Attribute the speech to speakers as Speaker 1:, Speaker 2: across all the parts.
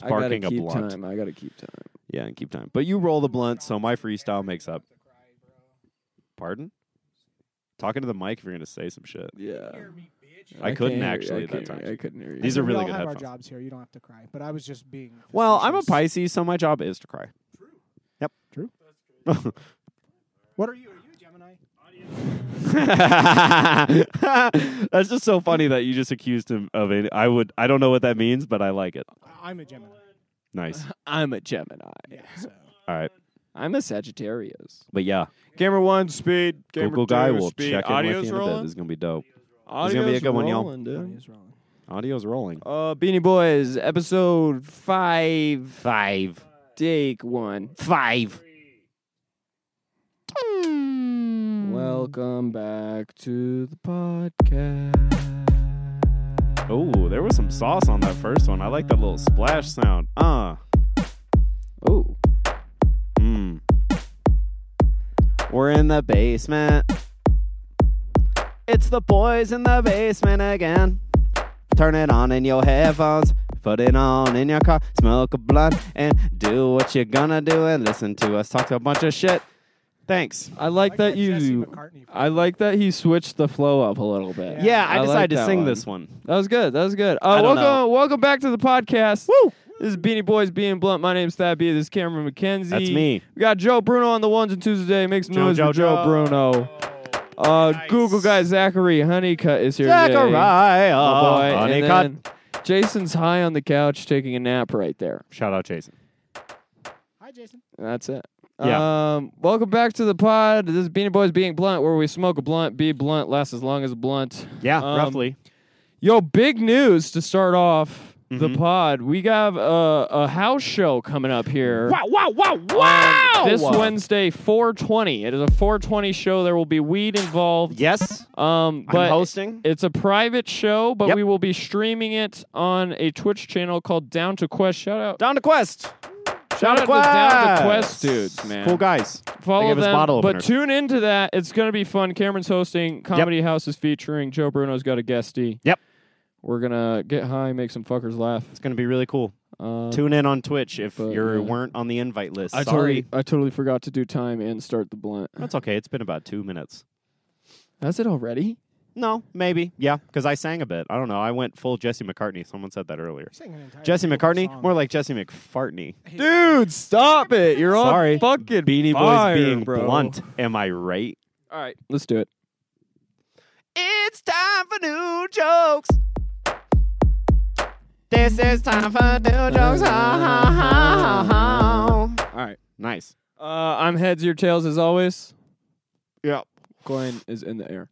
Speaker 1: sparking
Speaker 2: I gotta
Speaker 1: a
Speaker 2: keep
Speaker 1: blunt.
Speaker 2: time. I gotta keep time.
Speaker 1: Yeah, and keep time. But you roll the blunt, so my freestyle makes up. Pardon? Talking to the mic if you're gonna say some shit.
Speaker 2: Yeah.
Speaker 1: I couldn't
Speaker 2: can't hear-
Speaker 1: actually
Speaker 2: I
Speaker 1: at that
Speaker 2: couldn't-
Speaker 1: time.
Speaker 2: I couldn't hear you.
Speaker 1: These are
Speaker 3: we
Speaker 1: really
Speaker 3: all
Speaker 1: good
Speaker 3: have
Speaker 1: headphones.
Speaker 3: our jobs here. You don't have to cry, but I was just being.
Speaker 1: Well, I'm a
Speaker 3: facetious.
Speaker 1: Pisces, so my job is to cry. Yep.
Speaker 3: True. What are you? Are you a Gemini?
Speaker 1: That's just so funny that you just accused him of it. I would. I don't know what that means, but I like it.
Speaker 3: I- I'm a Gemini.
Speaker 1: Nice.
Speaker 2: I'm a Gemini.
Speaker 3: Yeah. So
Speaker 1: All right.
Speaker 2: I'm a Sagittarius.
Speaker 1: But yeah,
Speaker 4: Camera one, speed. Camera
Speaker 1: Google
Speaker 4: two,
Speaker 1: guy will
Speaker 4: speed.
Speaker 1: check in
Speaker 4: Audio's
Speaker 1: with you in a bit.
Speaker 4: rolling.
Speaker 1: This is gonna be dope.
Speaker 4: Audio's
Speaker 1: gonna be a good one, y'all.
Speaker 2: Rolling, dude.
Speaker 3: money is rolling.
Speaker 1: Audio's rolling.
Speaker 2: Uh, Beanie Boys, episode five. Five. Take one. Five.
Speaker 1: Hmm.
Speaker 2: Welcome back to the podcast.
Speaker 1: Oh, there was some sauce on that first one. I like that little splash sound. Uh.
Speaker 2: Oh,
Speaker 1: Mm. We're in the basement. It's the boys in the basement again. Turn it on in your headphones. Put it on in your car. Smoke a blunt and do what you're gonna do and listen to us talk a bunch of shit. Thanks.
Speaker 2: I like, that,
Speaker 3: Jesse
Speaker 2: you.
Speaker 3: McCartney.
Speaker 2: I like that he switched the flow up a little bit.
Speaker 3: Yeah.
Speaker 1: Yeah, I,
Speaker 2: I like
Speaker 1: decided to
Speaker 2: that
Speaker 1: sing
Speaker 2: one.
Speaker 1: this one.
Speaker 2: That was good. That was good. Uh,
Speaker 1: I don't
Speaker 2: welcome,
Speaker 1: know.
Speaker 2: welcome back to the podcast.
Speaker 1: Woo!
Speaker 2: This is Beanie Boys being blunt. My name's Thad B. This is Cameron McKenzie.
Speaker 1: That's me.
Speaker 2: We got Joe Bruno on the ones and twos today. Make some
Speaker 1: Joe,
Speaker 2: noise
Speaker 1: Joe,
Speaker 2: for Joe
Speaker 1: Joe.
Speaker 2: Bruno. Uh,
Speaker 1: Nice.
Speaker 2: Google guy Zachary Honeycutt is here today.
Speaker 1: Zachariah.
Speaker 2: My boy. And
Speaker 1: Oh, Honeycutt.
Speaker 2: then Jason's high on the couch taking a nap right there.
Speaker 1: Shout out Jason.
Speaker 3: Hi, Jason.
Speaker 2: That's it.
Speaker 1: Yeah.
Speaker 2: Um, welcome back to the pod. This is Beanie Boys being blunt, where we smoke a blunt, be blunt, last as long as a blunt.
Speaker 1: Yeah,
Speaker 2: Um,
Speaker 1: roughly.
Speaker 2: Yo, big news to start off the
Speaker 1: Mhm.
Speaker 2: pod. We have a, a house show coming up here.
Speaker 1: wow, wow,
Speaker 2: on Um, This Wednesday, 420. It is a 420 show. There will be weed involved.
Speaker 1: Yes,
Speaker 2: Um, but
Speaker 1: I'm hosting.
Speaker 2: it's a private show, but
Speaker 1: Yep.
Speaker 2: we will be streaming it on a Twitch channel called Down to Quest. Shout out,
Speaker 1: Down to Quest.
Speaker 2: shout out to Down to Quest dudes, man.
Speaker 1: Cool guys.
Speaker 2: Follow
Speaker 1: gave us
Speaker 2: them,
Speaker 1: bottle
Speaker 2: but
Speaker 1: openers.
Speaker 2: tune into that. It's gonna be fun. Cameron's hosting. Comedy House is featuring. Joe Bruno's got a guestie.
Speaker 1: Yep.
Speaker 2: We're gonna get high, make some fuckers laugh.
Speaker 1: It's gonna be really cool.
Speaker 2: Um,
Speaker 1: Tune in on Twitch if
Speaker 2: but,
Speaker 1: you
Speaker 2: yeah.
Speaker 1: weren't on the invite list.
Speaker 2: I
Speaker 1: Sorry,
Speaker 2: totally, I totally forgot to do time and start the blunt.
Speaker 1: that's okay. It's been about two minutes.
Speaker 2: That's it already.
Speaker 1: No, maybe. Yeah, because I sang a bit. I don't know. I went full Jesse McCartney. Someone said that earlier.
Speaker 3: You sang an entire
Speaker 1: Jesse
Speaker 3: fucking
Speaker 1: McCartney,
Speaker 3: song.
Speaker 1: more like Jesse McFartney.
Speaker 2: Dude, stop it. You're on
Speaker 1: Sorry.
Speaker 2: fucking
Speaker 1: Beanie
Speaker 2: fire,
Speaker 1: Boys being
Speaker 2: bro.
Speaker 1: blunt. Am I right?
Speaker 2: All right, let's do it.
Speaker 1: It's time for new jokes. This is time for new jokes.
Speaker 2: All right.
Speaker 1: Nice.
Speaker 2: Uh, I'm heads, your tails, as always.
Speaker 1: Yeah.
Speaker 2: Coin is in the air.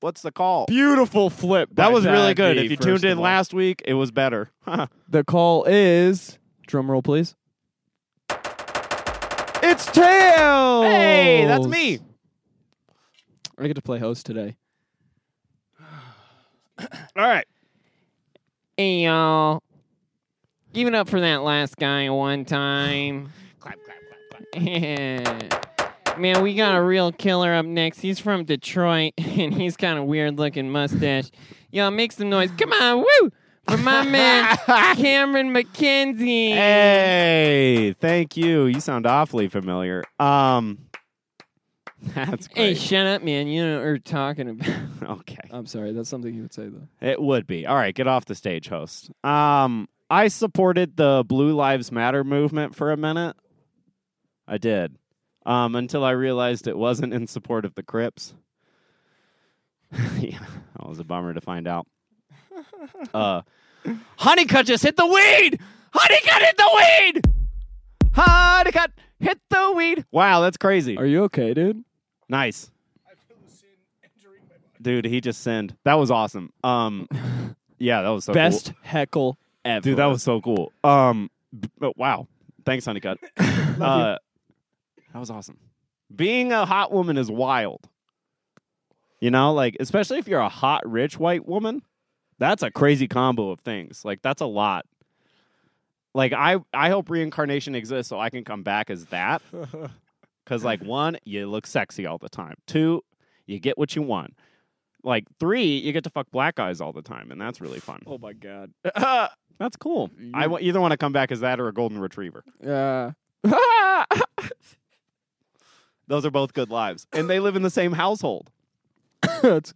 Speaker 1: What's the call?
Speaker 2: Beautiful flip.
Speaker 1: That
Speaker 2: by
Speaker 1: was really
Speaker 2: Thad
Speaker 1: good.
Speaker 2: B,
Speaker 1: If you
Speaker 2: first of
Speaker 1: tuned in
Speaker 2: all.
Speaker 1: last week, it was better.
Speaker 2: the call is drum roll, please. It's tails.
Speaker 1: Hey, that's me.
Speaker 2: I get to play host today.
Speaker 1: All right.
Speaker 2: Hey y'all, give it up for that last guy one time.
Speaker 1: Clap, clap, clap, clap.
Speaker 2: Man, we got a real killer up next. He's from Detroit, and he's kind of weird looking mustache. Y'all make some noise. Come on, woo! For my man, Cameron McKenzie.
Speaker 1: Hey, thank you. You sound awfully familiar. Um, that's
Speaker 2: Hey,
Speaker 1: great.
Speaker 2: shut up, man. You know what we're talking about.
Speaker 1: Okay,
Speaker 2: I'm sorry. That's something you would say, though.
Speaker 1: it would be all right. Get off the stage, host. Um, I supported the Blue Lives Matter movement for a minute. I did, um, until I realized it wasn't in support of the Crips. yeah, that was a bummer to find out. Uh, Honeycutt just hit the weed. Honeycutt hit the weed. Honeycutt hit the weed. Wow, that's crazy.
Speaker 2: you okay, dude?
Speaker 1: Nice. Dude, he just sinned. That was awesome. Um, yeah, that was so
Speaker 2: Best heckle ever.
Speaker 1: cool. dude. That was so cool. Um, b- oh, wow. Thanks, Honeycutt. uh, that was awesome. Being a hot woman is wild. You know, like especially if you're a hot rich white woman, that's a crazy combo of things. Like that's a lot. Like I, I hope reincarnation exists so I can come back as that. Because, like, one, you look sexy all the time. Two, you get what you want. like three, you get to fuck black guys all the time, and that's really fun.
Speaker 2: Oh my god.
Speaker 1: Ah! That's cool. I w- either want to come back as that or a golden retriever.
Speaker 2: Uh,
Speaker 1: Those are both good lives, and they live in the same household.
Speaker 2: that's-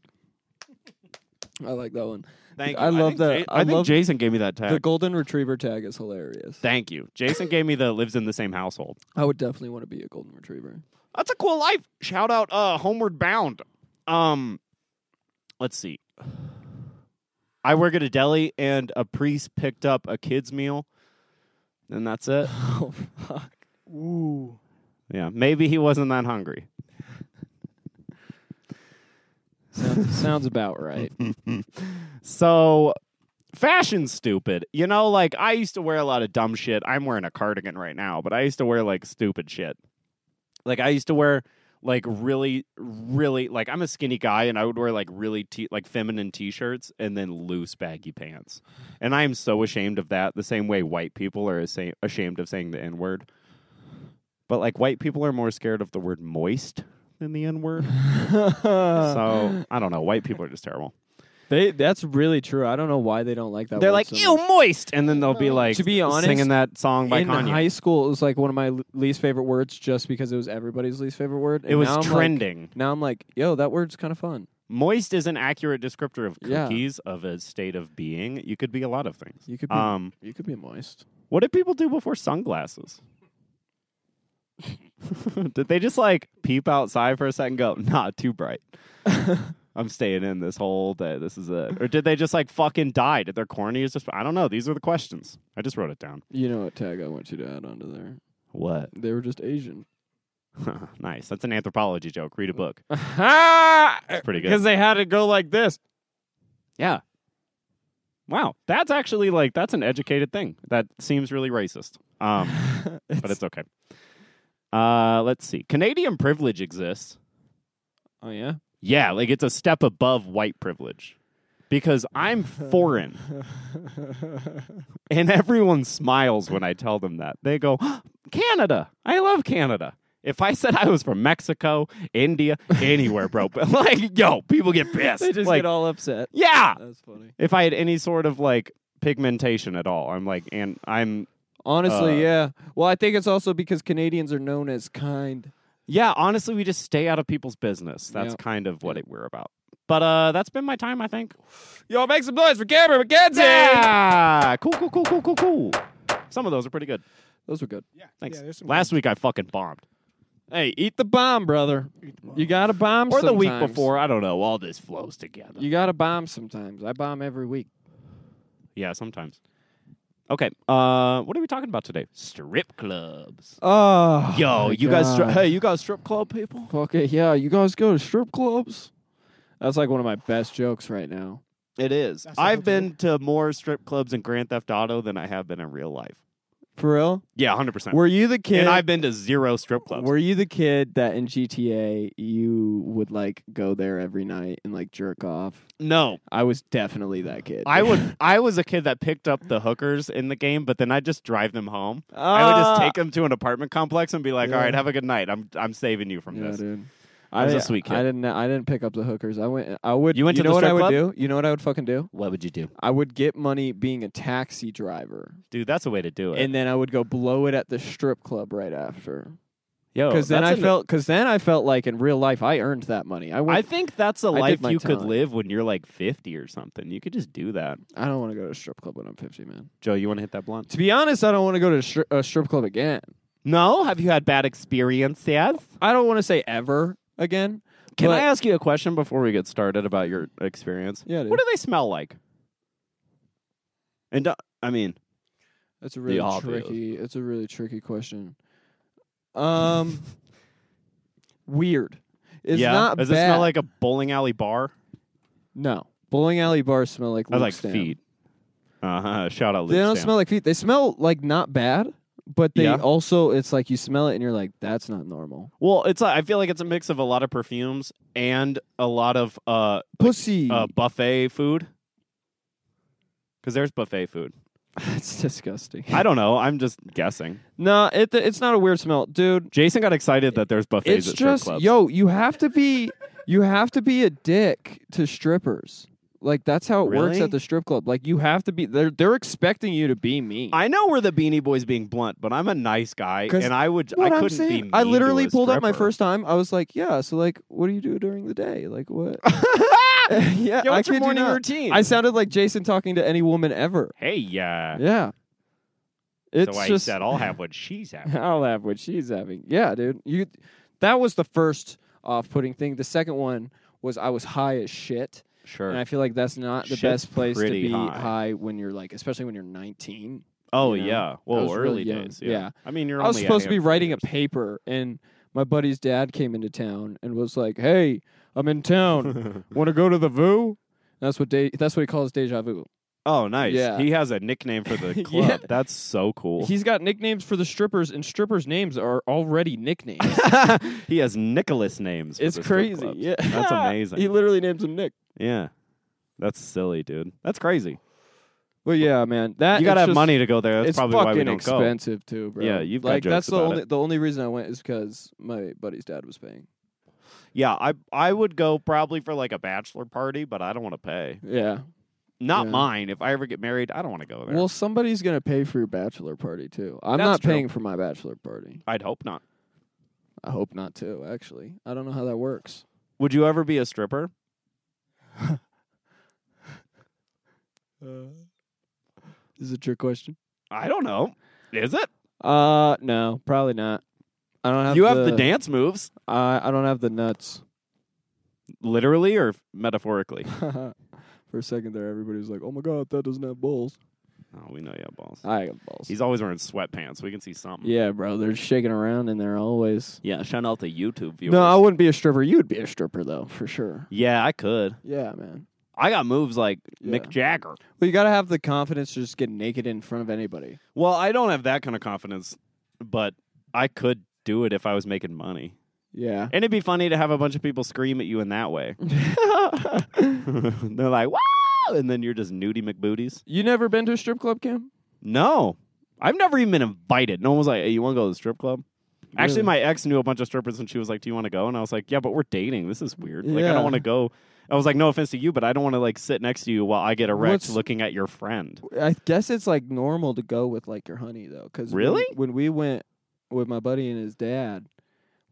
Speaker 2: I like that one.
Speaker 1: Thank you.
Speaker 2: I love
Speaker 1: think
Speaker 2: that.
Speaker 1: Ja-
Speaker 2: I
Speaker 1: I, think
Speaker 2: love-
Speaker 1: Jason gave me that tag.
Speaker 2: The golden retriever tag is hilarious.
Speaker 1: Thank you. Jason gave me the lives in the same household.
Speaker 2: I would definitely want to be a golden retriever.
Speaker 1: That's a cool life. Shout out uh Homeward Bound. Um let's see. I work at a deli and a priest picked up a kid's meal. And that's it.
Speaker 2: Oh fuck.
Speaker 3: Ooh.
Speaker 1: Yeah. Maybe he wasn't that hungry.
Speaker 5: Sounds, sounds about right.
Speaker 1: So fashion's stupid. You know, like I used to wear a lot of dumb shit. I'm wearing a cardigan right now, but I used to wear like stupid shit. Like I used to wear like really, really like I'm a skinny guy and I would wear like really t- like feminine t-shirts and then loose baggy pants. And I am so ashamed of that. The same way white people are asa- ashamed of saying the n-word. But like white people are more scared of the word moist than the n-word. so I don't know. White people are just terrible.
Speaker 2: They that's really true. I don't know why they don't like that.
Speaker 1: They're
Speaker 2: word
Speaker 1: like,
Speaker 2: so
Speaker 1: "Ew,
Speaker 2: much.
Speaker 1: moist," and then they'll be like,
Speaker 2: To be honest,
Speaker 1: singing that song by
Speaker 2: in
Speaker 1: Kanye.
Speaker 2: high school, it was like one of my l- least favorite words, just because it was everybody's least favorite word.
Speaker 1: it
Speaker 2: and
Speaker 1: was
Speaker 2: now I'm like-
Speaker 1: trending.
Speaker 2: now I'm like, yo, that word's kind of fun.
Speaker 1: moist is an accurate descriptor of
Speaker 2: Yeah.
Speaker 1: cookies of a state of being. You could be a lot of things.
Speaker 2: You could be,
Speaker 5: Uh,
Speaker 1: Um,
Speaker 2: you could be moist.
Speaker 1: what did people do before sunglasses? did they just like peep outside for a second? And go, nah, too bright. I'm staying in this whole day. This is it. Or did they just like fucking die? Did their corneas just? I don't know. These are the questions. I just wrote it down.
Speaker 2: You know what tag I want you to add onto there?
Speaker 1: What?
Speaker 2: They were just Asian.
Speaker 1: nice. That's an anthropology joke. Read a book.
Speaker 5: Because
Speaker 1: Pretty good.
Speaker 5: they had to go like this.
Speaker 1: Yeah. Wow, that's actually like that's an educated thing. That seems really racist. Um, but it's okay. Uh, let's see. Canadian privilege exists.
Speaker 2: Oh yeah.
Speaker 1: Yeah, like it's a step above white privilege. Because I'm foreign and everyone smiles when I tell them that. They go, "Canada. I love Canada." If I said I was from Mexico, India, anywhere, bro, but like, yo, people get pissed.
Speaker 2: they just
Speaker 1: like,
Speaker 2: get all upset.
Speaker 1: yeah,
Speaker 2: That's funny.
Speaker 1: if I had any sort of like pigmentation at all. I'm like, and I'm
Speaker 2: Honestly, yeah.
Speaker 1: Uh,
Speaker 2: Well, I think it's also because Canadians are known as kind.
Speaker 1: yeah. Honestly, we just stay out of people's business. That's
Speaker 2: Yeah.
Speaker 1: kind of what it, we're about. But uh, that's been my time. I think.
Speaker 5: Y'all make some noise for Cameron McKenzie.
Speaker 1: Yeah. Cool. Cool. Cool. Cool. Cool. Cool. Some of those are pretty good.
Speaker 2: Those were good.
Speaker 3: Yeah.
Speaker 1: Thanks.
Speaker 3: Yeah, there's some
Speaker 1: Last week I fucking bombed,
Speaker 5: Hey, eat the bomb, brother. You gotta bomb
Speaker 1: or the week
Speaker 5: sometimes.
Speaker 1: before. I don't know. All this flows together.
Speaker 5: You gotta bomb sometimes. I bomb every week.
Speaker 1: yeah. Sometimes. Okay. Uh, what are we talking about today? Strip clubs.
Speaker 5: Ah.
Speaker 2: Oh,
Speaker 1: Yo,
Speaker 2: my
Speaker 1: you guys. Stri-
Speaker 2: God.
Speaker 1: hey, you guys. Strip club people.
Speaker 2: Okay, yeah, you guys go to strip clubs? That's like one of my best jokes right now.
Speaker 1: It is.
Speaker 3: That's the
Speaker 1: I've
Speaker 3: whole
Speaker 1: been to more strip clubs in Grand Theft Auto than I have been in real life.
Speaker 2: For real?
Speaker 1: Yeah, hundred percent.
Speaker 2: Were you the kid?
Speaker 1: And I've been to zero strip clubs.
Speaker 2: were you the kid that in GTA you would like go there every night and like jerk off?
Speaker 1: no,
Speaker 2: I was definitely that kid.
Speaker 1: I would. I was a kid that picked up the hookers in the game, but then I would just drive them home. I would
Speaker 2: Ah.
Speaker 1: just take them to an apartment complex and be like,
Speaker 2: Uh, Yeah.
Speaker 1: "All right, have a good night. I'm I'm saving you from
Speaker 2: Yeah,
Speaker 1: this."
Speaker 2: dude.
Speaker 1: I was a sweet kid.
Speaker 2: I didn't. I didn't pick up the hookers. I went. I would.
Speaker 1: You went to
Speaker 2: know
Speaker 1: the
Speaker 2: what I
Speaker 1: strip
Speaker 2: would do?
Speaker 1: club?
Speaker 2: You know what I would fucking do?
Speaker 1: What would you do,
Speaker 2: I would get money being a taxi driver,
Speaker 1: dude? That's a way to do it.
Speaker 2: and then I would go blow it at the strip club right after.
Speaker 1: Yo,
Speaker 2: Because then I
Speaker 1: that's an-
Speaker 2: felt. Because then I felt like in real life I earned that money. I
Speaker 1: I
Speaker 2: went.
Speaker 1: think that's a
Speaker 2: did
Speaker 1: life
Speaker 2: my
Speaker 1: you could
Speaker 2: time.
Speaker 1: live when you're like 50 or something. You could just do that.
Speaker 2: I, don't want to go to a strip club when I'm 50, man.
Speaker 1: Joe, you want to hit that blunt?
Speaker 2: To be honest, I don't want to go to a, stri- a strip club again.
Speaker 1: No. Have you had bad experiences?
Speaker 2: I don't want to say ever again.
Speaker 1: Can
Speaker 2: but-
Speaker 1: I ask you a question before we get started about your experience?
Speaker 2: Yeah, dude.
Speaker 1: What do they smell like? And uh, I mean,
Speaker 2: That's a really
Speaker 1: obvious.
Speaker 2: tricky. It's a really tricky question. Um, weird. It's
Speaker 1: yeah,
Speaker 2: not
Speaker 1: does
Speaker 2: bad.
Speaker 1: it smell like a bowling alley bar?
Speaker 2: no bowling alley bars smell like
Speaker 1: I
Speaker 2: Luke
Speaker 1: like
Speaker 2: Stam.
Speaker 1: feet. Uh huh. Shout out. Luke
Speaker 2: They don't
Speaker 1: Stam.
Speaker 2: smell like feet. They smell like not bad, but they
Speaker 1: Yeah.
Speaker 2: also it's like you smell it and you're like that's not normal.
Speaker 1: Well, it's a, I feel like it's a mix of a lot of perfumes and a lot of uh,
Speaker 2: Pussy.
Speaker 1: uh buffet food. Because there's buffet food.
Speaker 2: That's disgusting.
Speaker 1: I don't know. I'm just guessing.
Speaker 2: no, it it's not a weird smell, dude.
Speaker 1: Jason got excited that there's buffets
Speaker 2: it's
Speaker 1: at strip
Speaker 2: just
Speaker 1: clubs.
Speaker 2: yo, you have to be you have to be a dick to strippers. Like that's how it works
Speaker 1: Really?
Speaker 2: at the strip club. Like you have to be. They're they're expecting you to be me.
Speaker 1: I know we're the Beanie Boys being blunt, but I'm a nice guy,
Speaker 2: 'Cause
Speaker 1: and I would
Speaker 2: what
Speaker 1: I
Speaker 2: am
Speaker 1: couldn't
Speaker 2: saying,
Speaker 1: be.
Speaker 2: I
Speaker 1: mean
Speaker 2: literally
Speaker 1: to a
Speaker 2: pulled up my
Speaker 1: stripper.
Speaker 2: first time. I was like, yeah. So like, what do you do during the day? Like what? yeah.
Speaker 1: Yo,
Speaker 2: I
Speaker 1: what's
Speaker 2: kid
Speaker 1: your
Speaker 2: you
Speaker 1: morning
Speaker 2: not.
Speaker 1: routine?
Speaker 2: I sounded like Jason talking to any woman ever.
Speaker 1: hey, yeah.
Speaker 2: Yeah. It's
Speaker 1: so I
Speaker 2: just
Speaker 1: said I'll have what she's having.
Speaker 2: I'll have what she's having. Yeah, dude. You that was the first off-putting thing. The second one was I was high as shit,
Speaker 1: Sure.
Speaker 2: and I feel like that's not the
Speaker 1: Shit's
Speaker 2: best place to
Speaker 1: pretty
Speaker 2: be
Speaker 1: high.
Speaker 2: high. when you're like, especially when you're 19.
Speaker 1: oh
Speaker 2: you know,
Speaker 1: yeah.
Speaker 2: I
Speaker 1: Well,
Speaker 2: was
Speaker 1: early
Speaker 2: really young.
Speaker 1: days. Yeah.
Speaker 2: Yeah.
Speaker 1: I mean, you're.
Speaker 2: I was
Speaker 1: only
Speaker 2: supposed to be
Speaker 1: handful
Speaker 2: writing
Speaker 1: years.
Speaker 2: a paper, and my buddy's dad came into town and was like, "Hey, I'm in town. Want to go to the VU?" And That's what de- that's what he calls deja vu.
Speaker 1: Oh, nice.
Speaker 2: Yeah.
Speaker 1: He has a nickname for the
Speaker 2: Yeah.
Speaker 1: club. That's so cool.
Speaker 2: He's got nicknames for the strippers, and strippers' names are already nicknames.
Speaker 1: he has Nicholas names. for
Speaker 2: It's
Speaker 1: the strip
Speaker 2: crazy.
Speaker 1: clubs.
Speaker 2: Yeah.
Speaker 1: That's amazing.
Speaker 2: he literally names him Nick.
Speaker 1: yeah. That's silly, dude. That's crazy.
Speaker 2: Well, yeah, man. That
Speaker 1: You
Speaker 2: it's
Speaker 1: gotta have
Speaker 2: just-
Speaker 1: money to go there. That's
Speaker 2: it's
Speaker 1: probably
Speaker 2: fucking
Speaker 1: why we don't go.
Speaker 2: expensive too, bro.
Speaker 1: Yeah, you've got
Speaker 2: like
Speaker 1: jokes
Speaker 2: that's the
Speaker 1: about
Speaker 2: only
Speaker 1: it.
Speaker 2: the only reason I went is because my buddy's dad was paying.
Speaker 1: Yeah, I I would go probably for like a bachelor party, but I don't want to pay.
Speaker 2: Yeah.
Speaker 1: Not
Speaker 2: Yeah.
Speaker 1: mine. If I ever get married, I don't want to go there.
Speaker 2: Well, somebody's gonna pay for your bachelor party too. I'm
Speaker 1: That's
Speaker 2: not
Speaker 1: true.
Speaker 2: paying for my bachelor party.
Speaker 1: I'd hope not.
Speaker 2: I hope not too. Actually, I don't know how that works.
Speaker 1: Would you ever be a stripper?
Speaker 3: Uh,
Speaker 2: Is it your question?
Speaker 1: I don't know. Is it?
Speaker 2: Uh, no, probably not. I don't have.
Speaker 1: you have the, dance moves,
Speaker 2: I I don't have the nuts.
Speaker 1: literally or metaphorically.
Speaker 2: For a second there, everybody was like, "Oh my god, that doesn't have balls."
Speaker 1: Oh, we know you have balls.
Speaker 2: I got balls.
Speaker 1: He's always wearing sweatpants. We can see something.
Speaker 2: yeah, bro. They're shaking around in there always.
Speaker 1: Yeah, shout out to YouTube viewers.
Speaker 2: No, I wouldn't be a stripper. You would be a stripper though, for sure.
Speaker 1: yeah, I could.
Speaker 2: Yeah, man.
Speaker 1: I got moves like
Speaker 2: Yeah.
Speaker 1: Mick Jagger.
Speaker 2: Well, you gotta have the confidence to just get naked in front of anybody.
Speaker 1: Well, I don't have that kind of confidence, but I could do it if I was making money.
Speaker 2: Yeah.
Speaker 1: And it'd be funny to have a bunch of people scream at you in that way. They're like, "Wow!" and then you're just nudie McBooties.
Speaker 2: you never been to a strip club, Cam?
Speaker 1: No, I've never even been invited. No one was like, "Hey, you want to go to the strip club?" Actually,
Speaker 2: Really?
Speaker 1: my ex knew a bunch of strippers, and she was like, "Do you want to go?" And I was like, "Yeah, but we're dating. This is weird. Like, I
Speaker 2: Yeah.
Speaker 1: don't want to go." I was like, "No offense to you, but I don't want to like sit next to you while I get erect
Speaker 2: What's-
Speaker 1: looking at your friend."
Speaker 2: I guess it's like normal to go with like your honey though, because
Speaker 1: Really?
Speaker 2: when, we went with my buddy and his dad,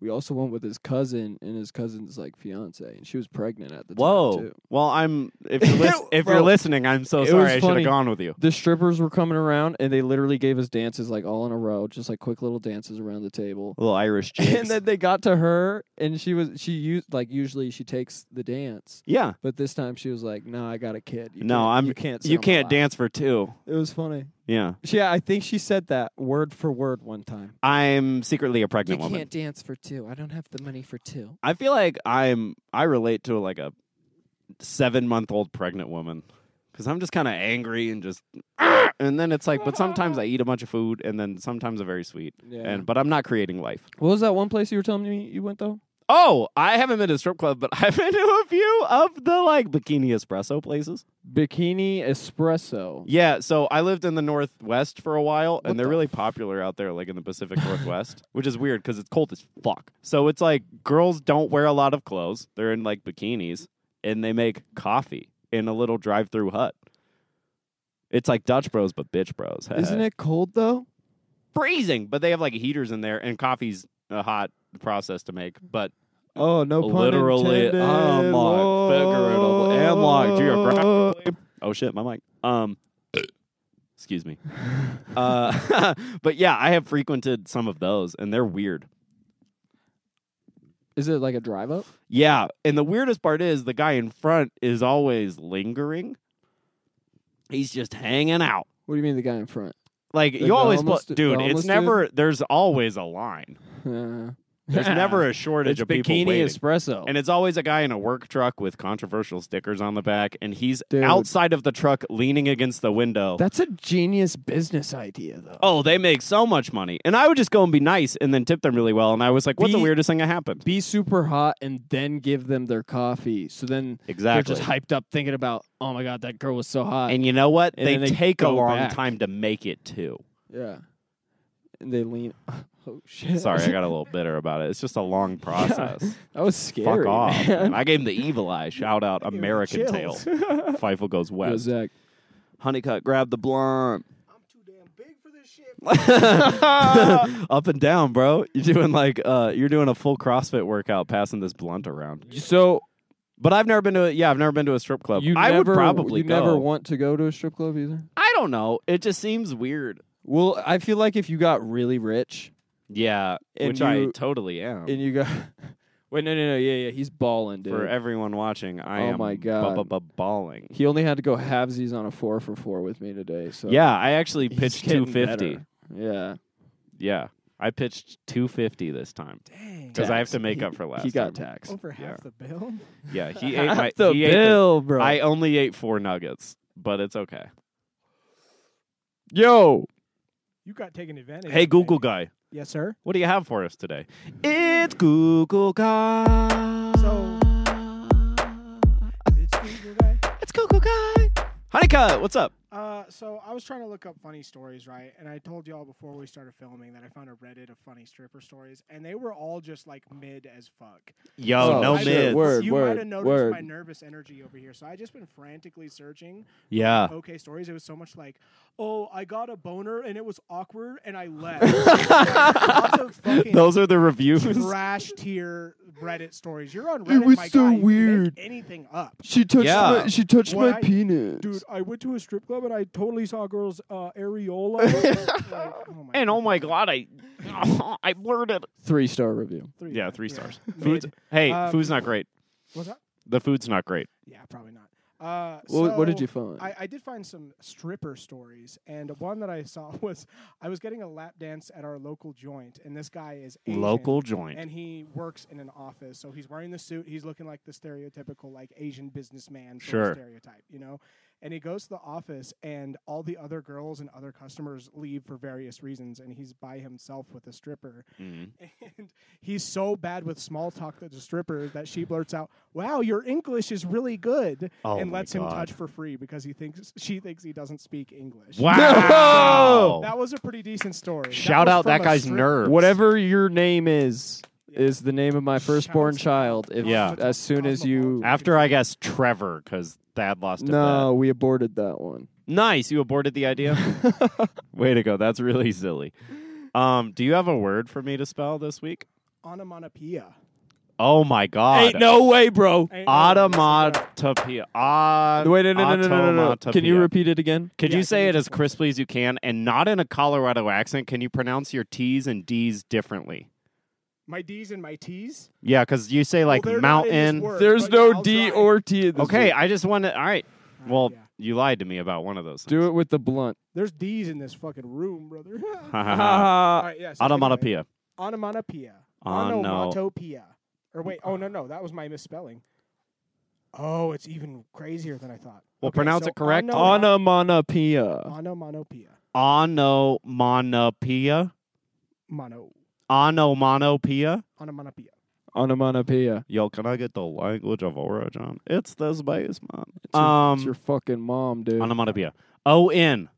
Speaker 2: we also went with his cousin and his cousin's like fiance, and she was pregnant at the time
Speaker 1: Whoa.
Speaker 2: too.
Speaker 1: Well, I'm if you're lis- if you're
Speaker 2: Bro,
Speaker 1: listening, I'm so
Speaker 2: it
Speaker 1: sorry.
Speaker 2: was
Speaker 1: I should have
Speaker 2: funny.
Speaker 1: gone with you.
Speaker 2: The strippers were coming around, and they literally gave us dances like all in a row, just like quick little dances around the table.
Speaker 1: Little Irish
Speaker 2: And
Speaker 1: chicks.
Speaker 2: then they got to her, and she was she used like usually she takes the dance,
Speaker 1: yeah.
Speaker 2: but this time she was like, "No, I got a kid. You
Speaker 1: No,
Speaker 2: can't,
Speaker 1: I'm-
Speaker 2: You can't. sit
Speaker 1: You
Speaker 2: on my
Speaker 1: can't
Speaker 2: lap."
Speaker 1: dance for two.
Speaker 2: It was funny.
Speaker 1: Yeah.
Speaker 2: Yeah, I think she said that word for word one time.
Speaker 1: I'm secretly a pregnant woman.
Speaker 2: dance for two. I don't have the money for two.
Speaker 1: I feel like I'm I relate to like a seven month old pregnant woman because I'm just kind of angry and just "Ah!" and then it's like but sometimes I eat a bunch of food and then sometimes I'm very sweet
Speaker 2: Yeah.
Speaker 1: and but I'm not creating life.
Speaker 2: what was that one place you were telling me you went though?
Speaker 1: Oh, I haven't been to a strip club, but I've been to a few of the like bikini espresso places.
Speaker 2: Bikini Espresso.
Speaker 1: Yeah, so I lived in the northwest for a while,
Speaker 2: What
Speaker 1: and they're
Speaker 2: the-
Speaker 1: really popular out there, like in the Pacific Northwest, which is weird because it's cold as fuck. So it's like girls don't wear a lot of clothes; they're in like bikinis, and they make coffee in a little drive-through hut. It's like Dutch Bros, but bitch Bros.
Speaker 2: Isn't it cold though?
Speaker 1: freezing? But they have like heaters in there, and coffee's a hot process to make, but
Speaker 2: Oh no, pun
Speaker 1: literally
Speaker 2: intended.
Speaker 1: unlocked, figuratively unlocked geographically. Oh shit, my mic. Um, excuse me. Uh, but yeah, I have frequented some of those, and they're weird.
Speaker 2: Is it like a drive up?
Speaker 1: Yeah, and the weirdest part is the guy in front is always lingering. He's just hanging out.
Speaker 2: What do you mean the guy in front?
Speaker 1: Like
Speaker 2: Like
Speaker 1: you
Speaker 2: the
Speaker 1: always,
Speaker 2: homeless
Speaker 1: put-
Speaker 2: du- the
Speaker 1: dude.
Speaker 2: homeless
Speaker 1: It's
Speaker 2: dude?
Speaker 1: never. There's always a line.
Speaker 2: Uh,
Speaker 1: There's never a shortage
Speaker 2: it's
Speaker 1: of people
Speaker 2: Bikini
Speaker 1: waiting.
Speaker 2: Espresso.
Speaker 1: And it's always a guy in a work truck with controversial stickers on the back, and he's
Speaker 2: Dude.
Speaker 1: outside of the truck leaning against the window.
Speaker 2: That's a genius business idea though.
Speaker 1: oh, they make so much money. And I would just go and be nice and then tip them really well. And I was like, what's the
Speaker 2: Be-
Speaker 1: weirdest thing that happened?
Speaker 2: Be super hot and then give them their coffee. So then
Speaker 1: Exactly.
Speaker 2: they're just hyped up thinking about, oh my god, that girl was so hot.
Speaker 1: and you know what?
Speaker 2: And
Speaker 1: They,
Speaker 2: then they
Speaker 1: take a
Speaker 2: go
Speaker 1: long
Speaker 2: back.
Speaker 1: time to make it too.
Speaker 2: yeah. and they lean. Oh shit!
Speaker 1: Sorry, I got a little bitter about it. It's just a long process.
Speaker 2: that was scary.
Speaker 1: Fuck off.
Speaker 2: man.
Speaker 1: man. I gave him the evil eye. Shout out American Tail.
Speaker 3: chills.
Speaker 1: Feifel goes
Speaker 2: Yo,
Speaker 1: west.
Speaker 2: Zach,
Speaker 1: Honeycutt, grab the blunt.
Speaker 3: I'm too damn big for this shit.
Speaker 1: Up and down, bro. You're doing like uh, you're doing a full CrossFit workout, passing this blunt around.
Speaker 2: so
Speaker 1: But I've never been to a, yeah, I've never been to a strip club.
Speaker 2: you
Speaker 1: Uh, I
Speaker 2: never,
Speaker 1: would probably
Speaker 2: you
Speaker 1: go.
Speaker 2: never want to go to a strip club either.
Speaker 1: I don't know. It just seems weird.
Speaker 2: Well, I feel like if you got really rich
Speaker 1: Yeah,
Speaker 2: And
Speaker 1: which I
Speaker 2: you-
Speaker 1: totally am.
Speaker 2: and you got, wait, no, no, no, yeah, yeah, he's balling, dude.
Speaker 1: For everyone watching, I
Speaker 2: Oh
Speaker 1: am
Speaker 2: my God.
Speaker 1: bu- bu- bu- balling.
Speaker 2: He only had to go halvesies on a four for four with me today. So
Speaker 1: Yeah, I actually
Speaker 2: he's
Speaker 1: pitched
Speaker 2: getting
Speaker 1: 250.
Speaker 2: better. Yeah,
Speaker 1: Yeah, I pitched 250 this time
Speaker 3: Dang.
Speaker 1: because I have to make
Speaker 2: He-
Speaker 1: up for last.
Speaker 2: he got
Speaker 1: time.
Speaker 2: taxed.
Speaker 3: Over half
Speaker 1: Yeah.
Speaker 3: the bill.
Speaker 1: Yeah, he ate my
Speaker 2: Half the
Speaker 1: he ate
Speaker 2: bill, bro.
Speaker 1: I only ate four nuggets, but it's okay.
Speaker 2: Yo,
Speaker 3: You got taken advantage. of,
Speaker 1: Hey,
Speaker 3: man.
Speaker 1: Google guy,
Speaker 3: Yes, sir.
Speaker 1: what do you have for us today? It's Google guy.
Speaker 3: So- It's Google guy.
Speaker 1: it's Google guy. Honeycutt, what's up?
Speaker 3: Uh, so I was trying to look up funny stories, right? And I told y'all before we started filming that I found a Reddit of funny stripper stories, and they were all just like mid as fuck.
Speaker 1: Yo,
Speaker 2: Oh,
Speaker 1: no
Speaker 3: I-
Speaker 2: shit,
Speaker 1: mids.
Speaker 2: word,
Speaker 3: you might
Speaker 2: word,
Speaker 3: have noticed
Speaker 2: word.
Speaker 3: my nervous energy over here. So I just been frantically searching
Speaker 1: Yeah.
Speaker 3: okay stories. It was so much like, oh, I got a boner and it was awkward and I left. Lots of fucking
Speaker 1: Those are the reviews.
Speaker 3: trash tier Reddit stories. You're on Reddit,
Speaker 2: was
Speaker 3: my
Speaker 2: so
Speaker 3: guy. You can make
Speaker 2: weird.
Speaker 3: anything up.
Speaker 2: she touched
Speaker 1: Yeah.
Speaker 2: my she touched
Speaker 3: What
Speaker 2: my
Speaker 3: I-
Speaker 2: penis.
Speaker 3: Dude, I went to a strip club and I totally saw a girl's uh, areola. Like, oh my
Speaker 1: and oh my
Speaker 3: goodness.
Speaker 1: god, I I blurted.
Speaker 2: Three star review.
Speaker 3: Three,
Speaker 1: Yeah, three stars.
Speaker 3: Mid.
Speaker 1: Food's, hey,
Speaker 3: Um,
Speaker 1: food's not great.
Speaker 3: What's that?
Speaker 1: The food's not great.
Speaker 3: Yeah, probably not. Uh,
Speaker 2: What, what did
Speaker 3: so-
Speaker 2: you find?
Speaker 3: I, I did find some stripper stories, and one that I saw was I was getting a lap dance at our local joint, and this guy is Asian,
Speaker 1: Local joint.
Speaker 3: and he works in an office, so he's wearing the suit. He's looking like the stereotypical like Asian businessman sort
Speaker 1: Sure.
Speaker 3: of stereotype, you know. And he goes to the office, and all the other girls and other customers leave for various reasons, and he's by himself with a stripper.
Speaker 1: Mhm.
Speaker 3: And he's so bad with small talk to the stripper that she blurts out, "Wow, your English is really good,"
Speaker 1: Oh
Speaker 3: and
Speaker 1: my
Speaker 3: lets him
Speaker 1: God.
Speaker 3: touch for free because he thinks she thinks he doesn't speak English.
Speaker 1: Wow.
Speaker 3: that was a pretty decent story.
Speaker 1: Shout
Speaker 3: was
Speaker 1: out
Speaker 3: from
Speaker 1: that
Speaker 3: a
Speaker 1: guy's
Speaker 3: strip-
Speaker 1: nerves.
Speaker 2: Whatever your name is
Speaker 3: Yeah.
Speaker 2: is the name of my firstborn
Speaker 3: Shouts.
Speaker 2: child. If
Speaker 1: Yeah.
Speaker 2: as soon as you
Speaker 1: After I guess Trevor, because Thad lost. a
Speaker 2: no, we aborted that one.
Speaker 1: bet. nice. You aborted the idea. Way to go. That's really silly. Um, do you have a word for me to spell this week?
Speaker 3: onomatopoeia.
Speaker 1: Oh my god.
Speaker 2: no way, bro.
Speaker 3: Ain't no-
Speaker 1: Automatopoeia. Aut-
Speaker 2: Wait, no, no, no, no, no, no, no. Can you
Speaker 1: automatopoeia.
Speaker 2: repeat it again?
Speaker 1: Could
Speaker 3: Yeah,
Speaker 1: you
Speaker 3: I
Speaker 1: say
Speaker 3: can
Speaker 1: it
Speaker 3: do
Speaker 1: as
Speaker 3: this one.
Speaker 1: crisply as you can and not in a Colorado accent? Can you pronounce your T's and D's differently?
Speaker 3: My D's and my T's.
Speaker 1: Yeah, because you say like
Speaker 3: they're not in this
Speaker 1: mountain.
Speaker 3: word.
Speaker 2: There's
Speaker 3: But
Speaker 2: no
Speaker 3: I'll
Speaker 2: D
Speaker 3: try.
Speaker 2: or T in this.
Speaker 1: Okay,
Speaker 2: one.
Speaker 1: I just want to. All right.
Speaker 3: Uh,
Speaker 1: Well,
Speaker 3: yeah.
Speaker 1: you lied to me about one of those.
Speaker 2: do it with the blunt.
Speaker 3: there's D's in this fucking room, brother.
Speaker 1: Ha, ha, ha.
Speaker 3: All
Speaker 2: Ah,
Speaker 3: right, yeah, so anyway,
Speaker 1: Automatopoeia.
Speaker 3: Onomatopoeia.
Speaker 1: Ono-
Speaker 3: Onomatopoeia. Or wait, oh no, no, that was my misspelling. Oh, it's even crazier than I thought.
Speaker 1: Well,
Speaker 3: Okay,
Speaker 1: pronounce
Speaker 3: so
Speaker 1: it correct.
Speaker 3: ono-
Speaker 1: Uh.
Speaker 2: onomatopoeia.
Speaker 3: Onomatopoeia.
Speaker 1: Onomatopoeia.
Speaker 3: Mono.
Speaker 1: Onomatopoeia.
Speaker 3: Onomatopoeia.
Speaker 2: Onomatopoeia.
Speaker 1: Yo, can I get the language of origin? It's this base, man.
Speaker 2: It's your,
Speaker 1: um,
Speaker 2: it's your fucking mom, dude.
Speaker 1: onomatopoeia. O N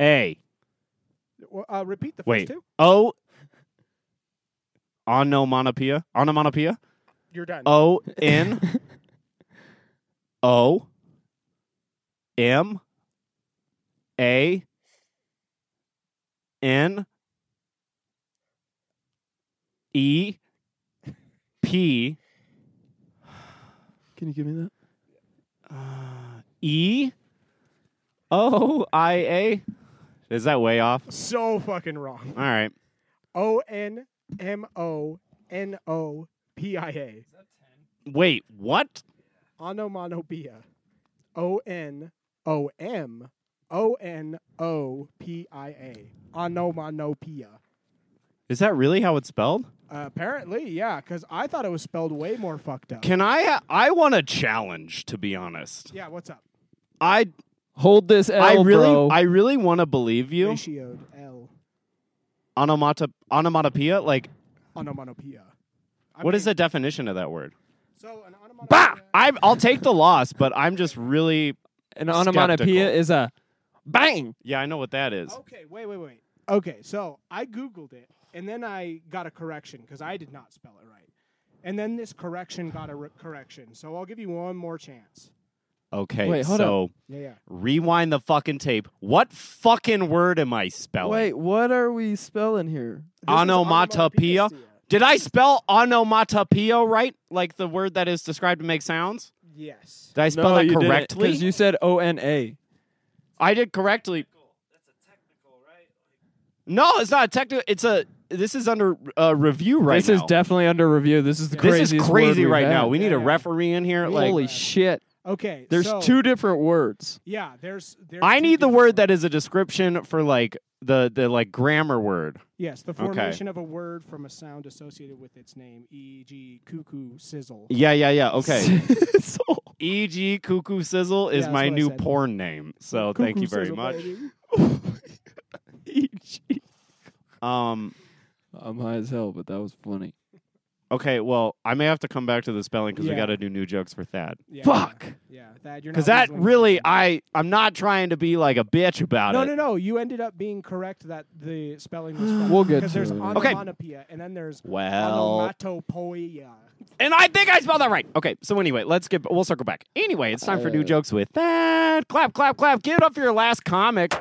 Speaker 1: A
Speaker 3: Well, uh, repeat the first
Speaker 1: Wait.
Speaker 3: two.
Speaker 1: O onomatopoeia. Onomatopoeia.
Speaker 3: You're done.
Speaker 1: O N O M A N E P
Speaker 2: Can you give me that?
Speaker 1: E O I A. Is that way off?
Speaker 3: so fucking wrong.
Speaker 1: All right.
Speaker 3: O N M O N O P I A.
Speaker 1: Wait, what?
Speaker 3: Onomatopoeia. O N O M O N O P I A. Onomatopoeia.
Speaker 1: Is that really how it's spelled?
Speaker 3: Uh, apparently, yeah, because I thought it was spelled way more fucked up.
Speaker 1: Can I? Ha- I want a challenge. To be honest,
Speaker 3: yeah, what's up?
Speaker 1: I
Speaker 2: Hold this L,
Speaker 1: I really
Speaker 2: bro.
Speaker 1: I really want to believe you.
Speaker 3: Ratioed L.
Speaker 1: Onomata onomatopoeia. Like,
Speaker 3: Onomatopoeia. I
Speaker 1: what is
Speaker 3: mean,
Speaker 1: the definition of that word?
Speaker 3: So an onomatopoeia.
Speaker 1: Bah! I I'll take the loss, but I'm just really
Speaker 2: An onomatopoeia
Speaker 1: Skeptical.
Speaker 2: is a
Speaker 5: Bang!
Speaker 1: Yeah, I know what that is.
Speaker 2: Oh.
Speaker 3: Okay, wait, wait, wait. Okay, so I Googled it and then I got a correction because I did not spell it right. And then this correction got a re- correction. So I'll give you one more chance.
Speaker 1: Okay,
Speaker 2: Wait, hold
Speaker 1: so
Speaker 3: Yeah, yeah.
Speaker 1: rewind the fucking tape. What fucking word am I spelling?
Speaker 2: Wait, what are we spelling here?
Speaker 3: This is
Speaker 1: Onomatopoeia?
Speaker 3: onomatopoeia.
Speaker 1: Did I spell onomatopoeia right? Like the word that is described to make sounds?
Speaker 3: Yes.
Speaker 1: Did I spell
Speaker 2: no,
Speaker 1: that
Speaker 2: you
Speaker 1: correctly?
Speaker 2: Because you said O N A.
Speaker 1: I did correctly. No, it's not a technical. It's a. This is under uh, review right
Speaker 2: This
Speaker 1: now.
Speaker 2: is definitely under review. This is the
Speaker 1: This
Speaker 2: craziest
Speaker 1: is
Speaker 2: word
Speaker 1: crazy
Speaker 2: we've
Speaker 1: right
Speaker 2: had.
Speaker 1: now. We need a
Speaker 3: Yeah.
Speaker 1: referee in here. Like,
Speaker 2: Holy shit!
Speaker 3: Okay.
Speaker 2: There's
Speaker 3: so-
Speaker 2: two different words.
Speaker 3: Yeah, there's. there's
Speaker 1: I
Speaker 3: two
Speaker 1: need the
Speaker 3: different
Speaker 1: word
Speaker 3: words.
Speaker 1: that is a description for like the the like grammar word.
Speaker 3: Yes, the formation of a word from a sound associated with its name, e.g., cuckoo, sizzle.
Speaker 1: Yeah, yeah, yeah. Okay.
Speaker 2: So-
Speaker 1: E.g. Cuckoo Sizzle is
Speaker 3: Yeah, that's
Speaker 1: my
Speaker 3: what I
Speaker 1: new
Speaker 3: said.
Speaker 1: porn name. So thank you very much. Um.
Speaker 2: I'm high as hell, but that was funny.
Speaker 1: Okay. Well, I may have to come back to the spelling because we
Speaker 3: Yeah.
Speaker 1: got to do new jokes for Thad.
Speaker 3: Yeah,
Speaker 2: Fuck.
Speaker 3: Yeah, that you're not.
Speaker 1: Because that
Speaker 3: losing.
Speaker 1: really, I I'm not trying to be like a bitch about
Speaker 3: No,
Speaker 1: it.
Speaker 3: no, no. You ended up being correct that the spelling was funny.
Speaker 2: We'll get
Speaker 3: Because
Speaker 2: to
Speaker 3: there's
Speaker 2: it.
Speaker 1: Okay.
Speaker 3: onomatopoeia, and then there's
Speaker 1: Well,
Speaker 3: onomatopoeia.
Speaker 1: and I think I spelled that right. Okay, so anyway, let's get. We'll circle back. Anyway, it's time for new
Speaker 2: Uh,
Speaker 1: jokes with that. Clap, clap, clap. Give it up for your last comic.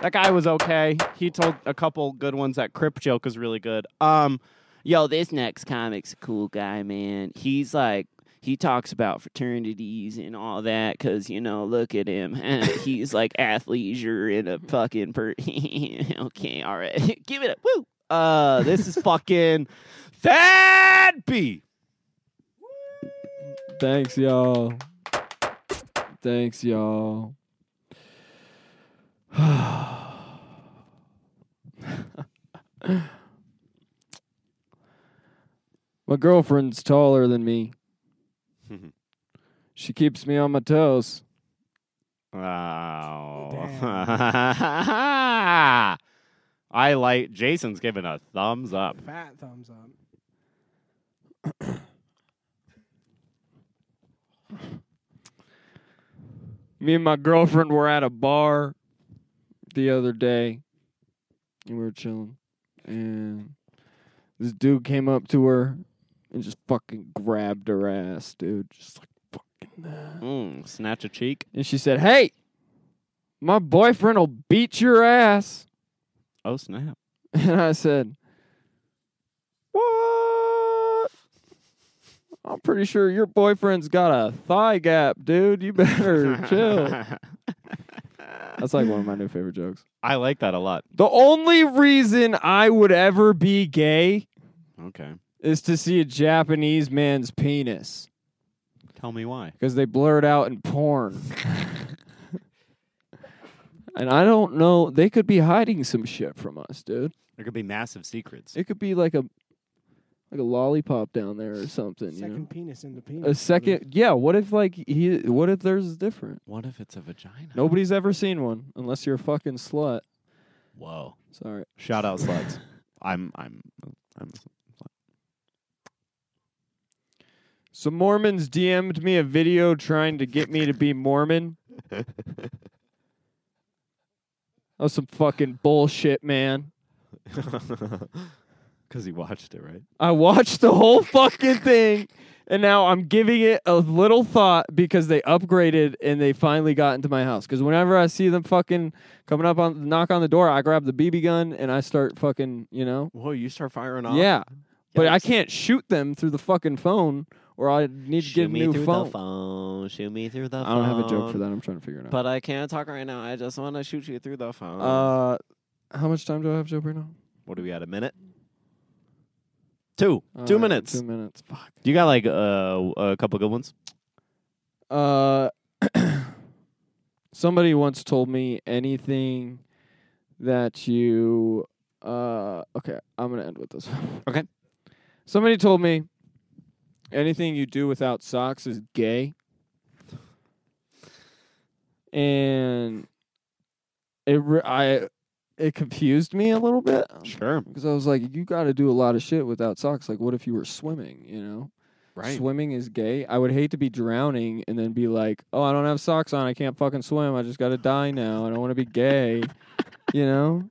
Speaker 1: That guy was okay. He told a couple good ones. That Crip joke was really good. Um,
Speaker 6: yo, this next comic's a cool guy, man. He's like, he talks about fraternities and all that because, you know, look at him. He's like athleisure in a fucking per. okay, all right. Give it up. Woo.
Speaker 1: uh, this is fucking Thad B.
Speaker 2: Thanks, y'all. Thanks, y'all. my girlfriend's taller than me. she keeps me on my toes.
Speaker 1: Wow. I like Jason's giving a thumbs up.
Speaker 3: Fat thumbs up.
Speaker 2: Me and my girlfriend were at a bar the other day. And we were chilling. And this dude came up to her and just fucking grabbed her ass, dude. Just like fucking that.
Speaker 6: Hmm,
Speaker 1: Mm, snatch a cheek.
Speaker 2: And she said, Hey, my boyfriend will beat your ass.
Speaker 1: Oh snap.
Speaker 2: And I said, What? I'm pretty sure your boyfriend's got a thigh gap, dude. You better chill. That's like one of my new favorite jokes.
Speaker 1: I like that a lot.
Speaker 2: The only reason I would ever be gay
Speaker 1: Okay.
Speaker 2: is to see a Japanese man's penis
Speaker 1: Tell me why.
Speaker 2: because they blur it out in porn. and I don't know, they could be hiding some shit from us, dude.
Speaker 1: There could be massive secrets.
Speaker 2: It could be like a like a lollipop down there or something, you
Speaker 3: Second
Speaker 2: know.
Speaker 3: penis in the penis.
Speaker 2: A second, yeah. What if like he? What if theirs is different?
Speaker 1: What if it's a vagina?
Speaker 2: Nobody's ever seen one unless you're a fucking slut.
Speaker 1: Whoa.
Speaker 2: Sorry.
Speaker 1: Shout out sluts. I'm I'm I'm
Speaker 2: So Mormons DM'd me a video trying to get me to be Mormon. that was some fucking bullshit, man.
Speaker 1: Cuz he watched it, right?
Speaker 2: I watched the whole fucking thing, and now I'm giving it a little thought because they upgraded and they finally got into my house. Because whenever I see them fucking coming up on knock on the door, I grab the BB gun and I start fucking, you know,
Speaker 1: Whoa, you start firing off.
Speaker 2: Yeah. But I
Speaker 1: Yikes.
Speaker 2: can't shoot them through the fucking phone or I need to
Speaker 6: Shoot
Speaker 2: get a
Speaker 6: me
Speaker 2: new
Speaker 6: through
Speaker 2: phone.
Speaker 6: the phone. Shoot me through the
Speaker 2: I
Speaker 6: phone.
Speaker 2: don't have a joke for that. I'm trying to figure it out.
Speaker 6: But I can't talk right now. I just want to shoot you through the phone.
Speaker 2: uh, how much time do I have, Joe Bruno?
Speaker 1: What do we at a minute? 2.
Speaker 2: All
Speaker 1: 2
Speaker 2: right,
Speaker 1: minutes.
Speaker 2: Two minutes. Fuck.
Speaker 1: You got like uh, a couple good ones?
Speaker 2: Uh, somebody once told me anything that you. Uh, okay, I'm gonna end with this. one.
Speaker 1: Okay.
Speaker 2: Somebody told me anything you do without socks is gay, and it re- I it confused me a little bit
Speaker 1: Sure.
Speaker 2: because I was like, you got to do a lot of shit without socks. Like, what if you were swimming? You know.
Speaker 1: Right.
Speaker 2: swimming is gay. I would hate to be drowning and then be like, oh, I don't have socks on. I can't fucking swim. I just got to die now. I don't want to be gay. you know?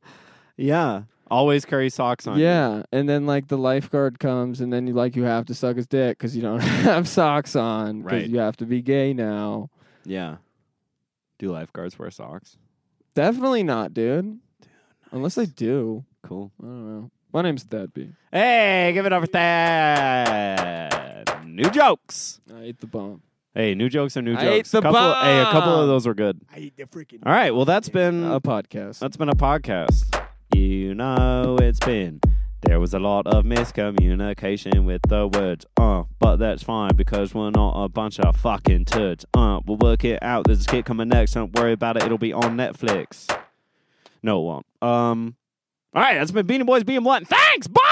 Speaker 1: Yeah. Always carry socks on. you.
Speaker 2: Yeah. And then like the lifeguard comes and then you like you have to suck his dick because you don't have socks on because
Speaker 1: Right.
Speaker 2: you have to be gay now.
Speaker 1: Yeah. Do lifeguards wear socks?
Speaker 2: Definitely not, dude. Unless they do.
Speaker 1: Cool.
Speaker 2: I don't know. My name's Thadby.
Speaker 1: Hey, give it up for that. New jokes.
Speaker 2: I ate the bomb.
Speaker 1: Hey, new jokes are new jokes.
Speaker 5: I ate the
Speaker 1: couple hey, a couple of
Speaker 5: bomb.
Speaker 1: those were good.
Speaker 3: I eat the freaking.
Speaker 1: All right. Well, that's been
Speaker 2: A podcast.
Speaker 1: that's been a podcast. You know, it's been there was a lot of miscommunication with the words. Uh, but that's fine because we're not a bunch of fucking turds. Uh, we'll work it out. There's a skit coming next. Don't worry about it. It'll be on Netflix. No, it won't. Um. All right. That's been Beanie Boys being blunt. Thanks. Bye.